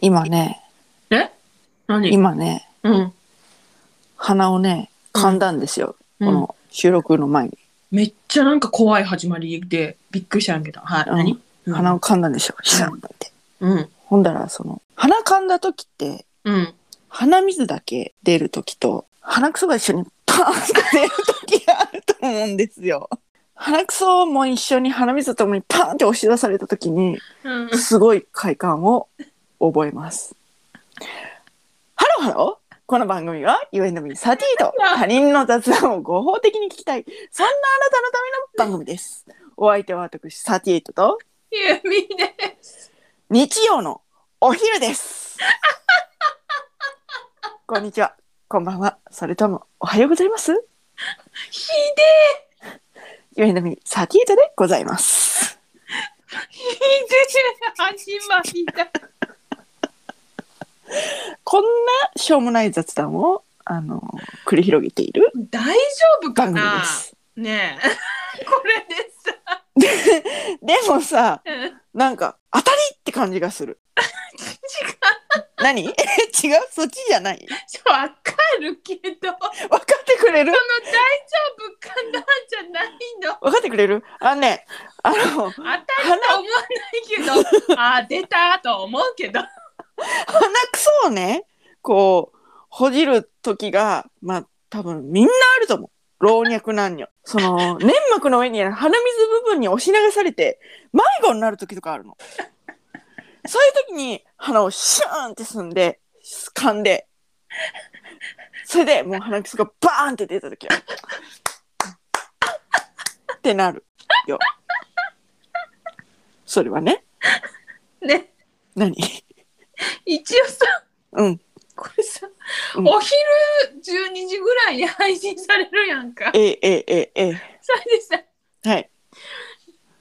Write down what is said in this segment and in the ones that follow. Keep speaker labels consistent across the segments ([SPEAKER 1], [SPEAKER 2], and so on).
[SPEAKER 1] 今ね、
[SPEAKER 2] え何
[SPEAKER 1] 今ね、
[SPEAKER 2] うん。
[SPEAKER 1] 鼻をね、噛んだんですよ。
[SPEAKER 2] うん
[SPEAKER 1] この収録の前に。
[SPEAKER 2] めっちゃなんか怖い始まりでびっくりしたんやけど。はい。
[SPEAKER 1] うん
[SPEAKER 2] 何
[SPEAKER 1] 鼻を噛んだんですよ。シャンって。
[SPEAKER 2] うん。
[SPEAKER 1] ほんだら、その、鼻噛んだ時って、
[SPEAKER 2] うん。
[SPEAKER 1] 鼻水だけ出る時と、鼻くそが一緒にパーンって出る時があると思うんですよ。鼻くそも一緒に鼻水とともにパーンって押し出された時に、
[SPEAKER 2] うん。
[SPEAKER 1] すごい快感を覚えます。ハローハローこの番組は UN30 と他人の雑談を合法的に聞きたいそんなあなたのための番組です。お相手は私38と
[SPEAKER 2] ゆみで。
[SPEAKER 1] 日曜のお昼です。こんにちは、こんばんは、それともおはようございます。
[SPEAKER 2] ひ
[SPEAKER 1] UN30 でございます。
[SPEAKER 2] で、ひで、始まりだ。
[SPEAKER 1] こんなしょうもない雑談をあの繰り広げている
[SPEAKER 2] 大丈夫か
[SPEAKER 1] 番組
[SPEAKER 2] な
[SPEAKER 1] です。
[SPEAKER 2] ねえ。 これでさ。
[SPEAKER 1] でもさ、
[SPEAKER 2] うん違う。
[SPEAKER 1] なんか当たりって感じがする。何？え違 う？そっちじゃない？
[SPEAKER 2] わかるけど、この
[SPEAKER 1] 分かってくれる？
[SPEAKER 2] 大丈夫かなじゃないの。
[SPEAKER 1] 分かってくれる？あのね、あの
[SPEAKER 2] 当たりと思わない けど、あー出たと思うけど。
[SPEAKER 1] 鼻くそをね、こうほじる時がまあ多分みんなあると思う。老若男女。その粘膜の上にある鼻水部分に押し流されて迷子になる時とかあるの。そういう時に鼻をシューンってすんで噛んでそれでもう鼻くそがバーンって出た時はってなるよ。それはね
[SPEAKER 2] ね。
[SPEAKER 1] 何
[SPEAKER 2] 一応さ、
[SPEAKER 1] うん
[SPEAKER 2] これさ、
[SPEAKER 1] うん
[SPEAKER 2] お昼12時ぐらいに配信されるやんか。
[SPEAKER 1] ええええええ
[SPEAKER 2] それでさ、
[SPEAKER 1] はい。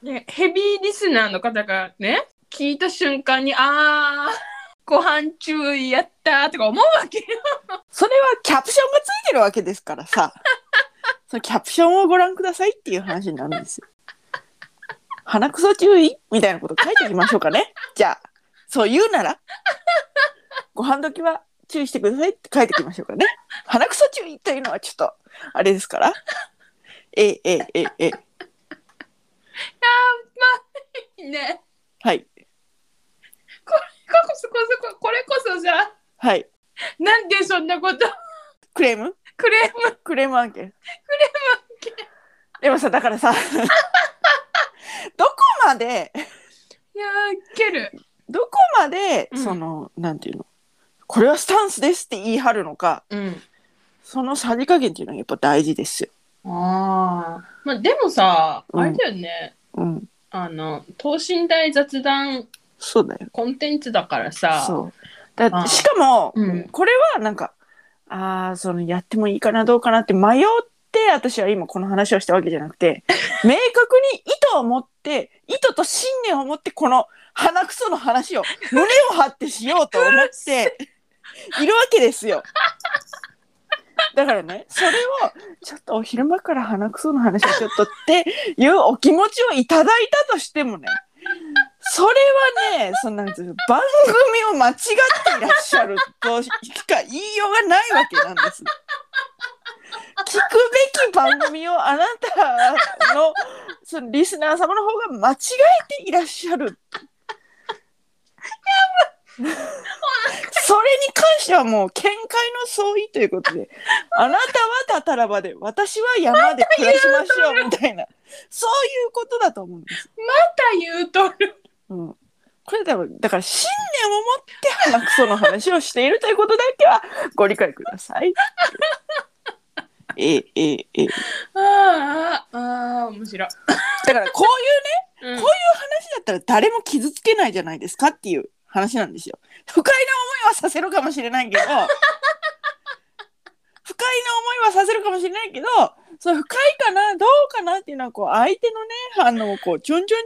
[SPEAKER 2] ね、ヘビーリスナーの方がね、聞いた瞬間に、あー、ご飯注意やったとか思うわけよ。
[SPEAKER 1] それはキャプションがついてるわけですからさ。 そのキャプションをご覧くださいっていう話になるんですよ。鼻くそ注意みたいなこと書いておきましょうかね。じゃあ、そう言うなら、ご飯時は注意してくださいって書いておきましょうかね。鼻くそ注意というのはちょっと、あれですから。ええええええ
[SPEAKER 2] ね、
[SPEAKER 1] はい、
[SPEAKER 2] ここそこそこ、これこそさ、
[SPEAKER 1] はい。
[SPEAKER 2] なんでそんなこと、
[SPEAKER 1] クレーム
[SPEAKER 2] クレーム、
[SPEAKER 1] クレーム案件。クレーム案件。でもさ、だからさ、 どこまで、
[SPEAKER 2] いやー、ける。
[SPEAKER 1] どこまで、
[SPEAKER 2] うん
[SPEAKER 1] そのなんていうのこれはスタンスですって言い張るのか
[SPEAKER 2] うん。
[SPEAKER 1] そのさじ加減っていうのはやっぱ大事ですよ。
[SPEAKER 2] あー。まあ、でもさ、
[SPEAKER 1] うん
[SPEAKER 2] あれだよね、
[SPEAKER 1] うん、
[SPEAKER 2] あの、等身大雑談
[SPEAKER 1] そうだよ。
[SPEAKER 2] コンテンツだからさ、
[SPEAKER 1] そうだ
[SPEAKER 2] あー
[SPEAKER 1] しかも、
[SPEAKER 2] うん
[SPEAKER 1] これはなんかあーそのやってもいいかなどうかなって迷って私は今この話をしたわけじゃなく て明確に意図を持って意図と信念を持ってこの鼻くその話を胸を張ってしようと思っているわけですよ。だからねそれをちょっとお昼間から鼻くその話をちょっとっていうお気持ちをいただいたとしてもねそれはねそんななんていうの番組を間違っていらっしゃるとしか言いようがないわけなんです。聞くべき番組をあなたのそのリスナー様の方が間違えていらっしゃる。それに関してはもう見解の相違ということであなたはたたらばで私は山で暮らしましょうみたいなそういうことだと思うんです。
[SPEAKER 2] また言うとる。
[SPEAKER 1] うん、これだからだから信念を持って鼻くその話をしているということだけはご理解ください。ええええええ
[SPEAKER 2] あーあー、面白い。
[SPEAKER 1] だからこういう
[SPEAKER 2] うん
[SPEAKER 1] こ話だったら誰も傷つけないじゃないですかっていう話なんですよ。不快な思いはさせるかもしれないけど不快な思いはさせるかもしれないけどその不快かなどうかなっていうのはこう相手のね反応をこうチュンチュンチュンチュ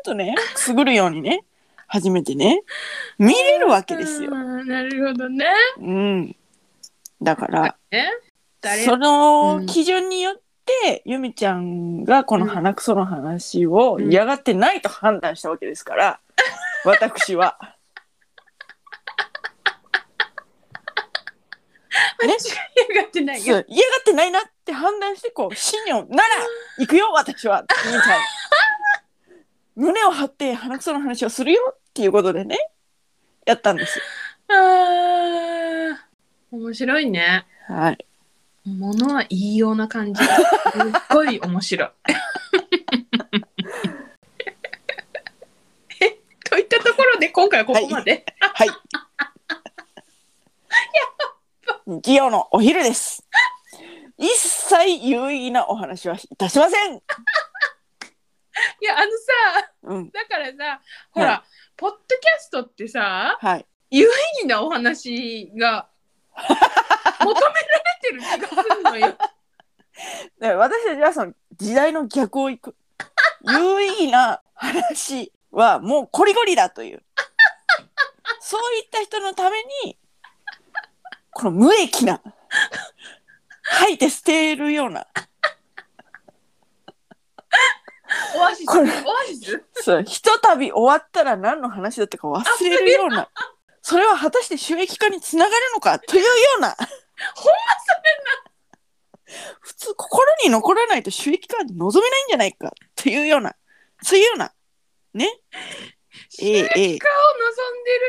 [SPEAKER 1] ンとねくすぐるようにね初めてね見れるわけですよ
[SPEAKER 2] う。んなるほどね。
[SPEAKER 1] うん、だから
[SPEAKER 2] え誰
[SPEAKER 1] そ
[SPEAKER 2] 誰う
[SPEAKER 1] の
[SPEAKER 2] ん
[SPEAKER 1] 基準によって、ゆみちゃんがこの鼻くその話を 嫌がってないと判断したわけですから、私は。ね
[SPEAKER 2] 嫌がってない
[SPEAKER 1] そ
[SPEAKER 2] よ。
[SPEAKER 1] う嫌がってないなって判断してこう信念をなら行 くよ私はみたいな胸を張って鼻くその話をするよっていうことでねやったんです
[SPEAKER 2] あー面白いね。
[SPEAKER 1] はい
[SPEAKER 2] 物は言いような感じ。すっごい面白い。 えといったところで今回はここまで。
[SPEAKER 1] はいギオのお昼です一切有意義なお話はいたしません
[SPEAKER 2] い、やあのさ
[SPEAKER 1] うん
[SPEAKER 2] だからさほら、
[SPEAKER 1] は
[SPEAKER 2] ポッドキャストってさ
[SPEAKER 1] はい
[SPEAKER 2] 不利なお話 が求められてる気がする のよ。
[SPEAKER 1] で私たちはその時代の逆をい く有意義な話はもうコリゴリだというそういった人のためにこの無益な吐いて捨てるような
[SPEAKER 2] オアシス
[SPEAKER 1] こ
[SPEAKER 2] オ
[SPEAKER 1] れ
[SPEAKER 2] アシス
[SPEAKER 1] そうひとたび終わったら何の話だったか忘れるようなそれは果たして収益化につながるのか というようなほんまそれな普通心に残らないと収益化に望めないんじゃないかというようなそういうような
[SPEAKER 2] 収
[SPEAKER 1] え
[SPEAKER 2] 益
[SPEAKER 1] え
[SPEAKER 2] 化
[SPEAKER 1] え
[SPEAKER 2] を望んで
[SPEAKER 1] え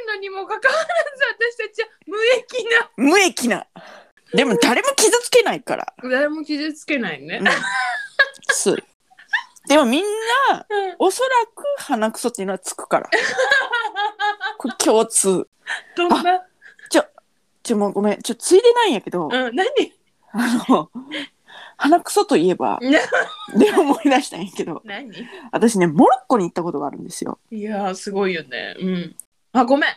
[SPEAKER 2] るのにもかかわらず私たちは無益な
[SPEAKER 1] 無益なでも誰も傷つけないから、
[SPEAKER 2] 誰も傷つけないね
[SPEAKER 1] うん、そうでもみんな
[SPEAKER 2] うん
[SPEAKER 1] おそらく鼻くそっていうのはつく からこれ共通
[SPEAKER 2] どんな
[SPEAKER 1] ちょもうごめんちょついでないんやけど、
[SPEAKER 2] うん何
[SPEAKER 1] あの鼻くそといえば
[SPEAKER 2] な
[SPEAKER 1] で思い出したんやけど
[SPEAKER 2] 何
[SPEAKER 1] 私ねモロッコに行ったことがあるんですよ
[SPEAKER 2] いやーすごいよねうんあごめん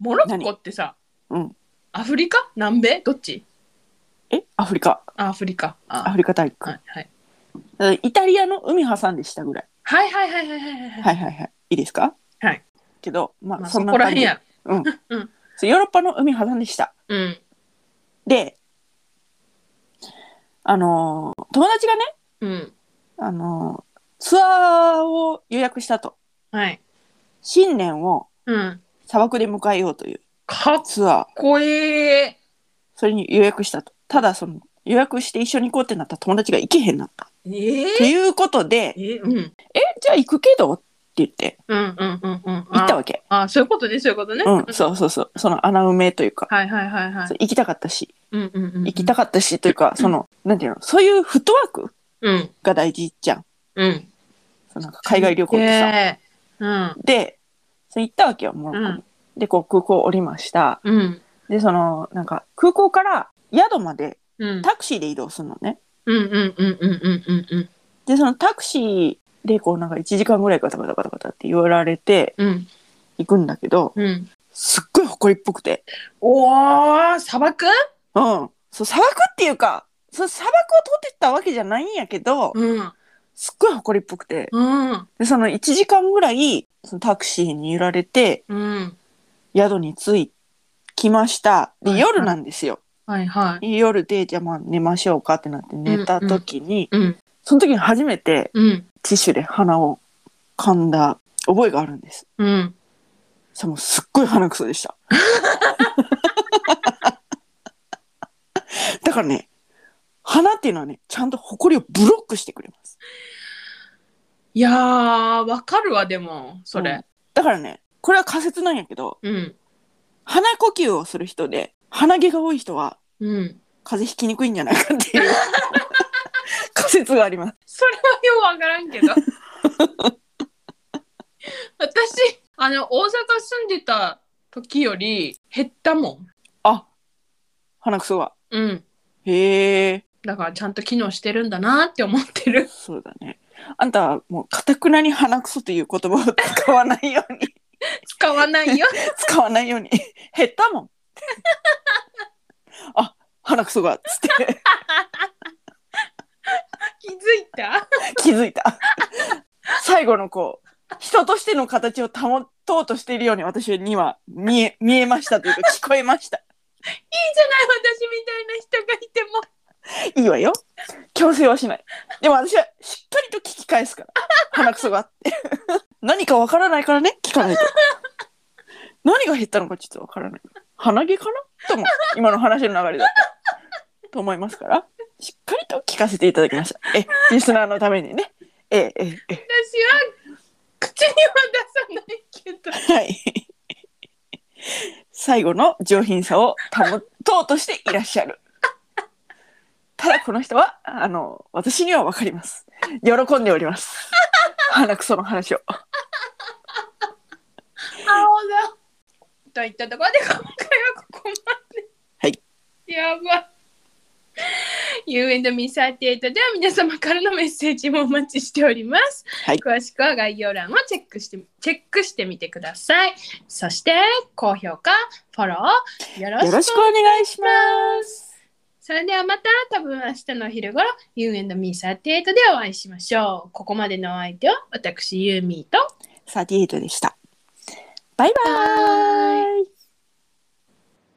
[SPEAKER 2] モロッコってさ
[SPEAKER 1] 何うん
[SPEAKER 2] アフリカ南米どっち
[SPEAKER 1] えアフリカ
[SPEAKER 2] あアフリカ
[SPEAKER 1] ア
[SPEAKER 2] あ
[SPEAKER 1] フリカ大陸、
[SPEAKER 2] はいはい
[SPEAKER 1] イタリアの海挟んでしたぐらい
[SPEAKER 2] はいはいはいはいはいはい
[SPEAKER 1] はいはいはいいいですか
[SPEAKER 2] はい
[SPEAKER 1] けどまあ、
[SPEAKER 2] まあ
[SPEAKER 1] そ
[SPEAKER 2] そ
[SPEAKER 1] んな
[SPEAKER 2] こら
[SPEAKER 1] 感
[SPEAKER 2] へん
[SPEAKER 1] じ
[SPEAKER 2] や
[SPEAKER 1] そうヨーロッパの海挟んでした
[SPEAKER 2] ろうん
[SPEAKER 1] であのー友達がね、
[SPEAKER 2] うん
[SPEAKER 1] あのーツアーを予約したと
[SPEAKER 2] はい
[SPEAKER 1] 新年を
[SPEAKER 2] うん
[SPEAKER 1] 砂漠で迎えようという
[SPEAKER 2] かっ
[SPEAKER 1] ツアー
[SPEAKER 2] こいい
[SPEAKER 1] それに予約したとただその予約して一緒に行こうってなったら友達が行けへんなった
[SPEAKER 2] え
[SPEAKER 1] ということで
[SPEAKER 2] ええうん
[SPEAKER 1] 「えじゃあ行くけど」って言って
[SPEAKER 2] うんうんうんうん
[SPEAKER 1] 行った
[SPEAKER 2] わ
[SPEAKER 1] わけ
[SPEAKER 2] あそういうことねそういうことね
[SPEAKER 1] うんそうそうそうその穴埋めというか、
[SPEAKER 2] はいはいはいは
[SPEAKER 1] そう
[SPEAKER 2] い
[SPEAKER 1] 行きたかったし
[SPEAKER 2] うんうんうんうん
[SPEAKER 1] 行きたかったしというかそのなんていうのそういうフットワーク
[SPEAKER 2] うん
[SPEAKER 1] が大事じゃん
[SPEAKER 2] うん
[SPEAKER 1] そうなんか海外旅行ってさ、
[SPEAKER 2] ええうん
[SPEAKER 1] でそう行ったわけよモロッコに、でこう空港降りました
[SPEAKER 2] うん
[SPEAKER 1] でそのなんか空港から宿まで
[SPEAKER 2] うん
[SPEAKER 1] タクシーで移動するのね
[SPEAKER 2] うんうんうんうんうんうんうん
[SPEAKER 1] でそのタクシーでこうなんか1時間ぐらいガタガタガタガタって言われて
[SPEAKER 2] うん
[SPEAKER 1] 行くんだけど
[SPEAKER 2] うん
[SPEAKER 1] すっごい埃っぽくて
[SPEAKER 2] おお砂漠
[SPEAKER 1] うんそう砂漠っていうかそう砂漠を通ってったわけじゃないんやけど
[SPEAKER 2] うん
[SPEAKER 1] すっごい埃っぽくて
[SPEAKER 2] うん
[SPEAKER 1] でその1時間ぐらいそのタクシーに揺られて
[SPEAKER 2] うん
[SPEAKER 1] 宿に着いきました
[SPEAKER 2] は
[SPEAKER 1] で
[SPEAKER 2] いはい
[SPEAKER 1] 夜なんですよ
[SPEAKER 2] はいはい
[SPEAKER 1] 夜でじゃあまあ寝ましょうかってなって寝た時に、
[SPEAKER 2] うん
[SPEAKER 1] その時に初めて
[SPEAKER 2] うん
[SPEAKER 1] ティッシュで鼻を噛んだ覚えがあるんです
[SPEAKER 2] うん
[SPEAKER 1] さもうすっごい鼻くそでした だからね鼻っていうのはねちゃんとほこりをブロックしてくれます
[SPEAKER 2] いやーわかるわでもそ
[SPEAKER 1] うん
[SPEAKER 2] れ
[SPEAKER 1] だからねこれは仮説なんやけど
[SPEAKER 2] うん
[SPEAKER 1] 鼻呼吸をする人で鼻毛が多い人は
[SPEAKER 2] うん
[SPEAKER 1] 風邪ひきにくいんじゃないかっていう 仮説があります
[SPEAKER 2] それはようわからんけ ど私あの大阪住んでた時より減ったもん
[SPEAKER 1] あ鼻くそが
[SPEAKER 2] うん
[SPEAKER 1] へえ
[SPEAKER 2] だからちゃんと機能してるんだなって思ってる
[SPEAKER 1] そうだねあんたはもうかたくなに鼻くそという言葉を使わないように
[SPEAKER 2] 使わない よ
[SPEAKER 1] 使わないように 減ったもんあ鼻くそがっつって
[SPEAKER 2] 気づいた
[SPEAKER 1] 気づいた 最後のこう人としての形を保とうとしているように私には見え見えましたというか聞こえました
[SPEAKER 2] いいじゃない私みたいな人がいても
[SPEAKER 1] いいわよ強制はしないでも私はしっかりと聞き返すから鼻くそがあって 何かわからないからね聞かないと何が減ったのかちょっとわからない鼻毛かなとも今の話の流れだとと思いますから、しっかりと聞かせていただきました。え、リスナーのためにね。ええ、ええ、え
[SPEAKER 2] 口には出さないけど。
[SPEAKER 1] えはい。最後の上品さを保とうとしていらっしゃる。ただこの人は、あの、私にはわかります。喜んでおります。鼻くその話を。
[SPEAKER 2] 青だ。と いったところで今回はここまで。
[SPEAKER 1] はい。
[SPEAKER 2] やば。You and me 38では皆様からのメッセージもお待ちしております。
[SPEAKER 1] はい
[SPEAKER 2] 詳しくは概要欄をチェックしてチェックしてみてください。そして高評価、フォローよろし
[SPEAKER 1] よ
[SPEAKER 2] く
[SPEAKER 1] ろしくお願いします。
[SPEAKER 2] それではまた多分明日のお昼頃 You and me38 でお会いしましょう。ここまでのお相手は私ユーミーと
[SPEAKER 1] 38でした。バイバイ。
[SPEAKER 2] バイ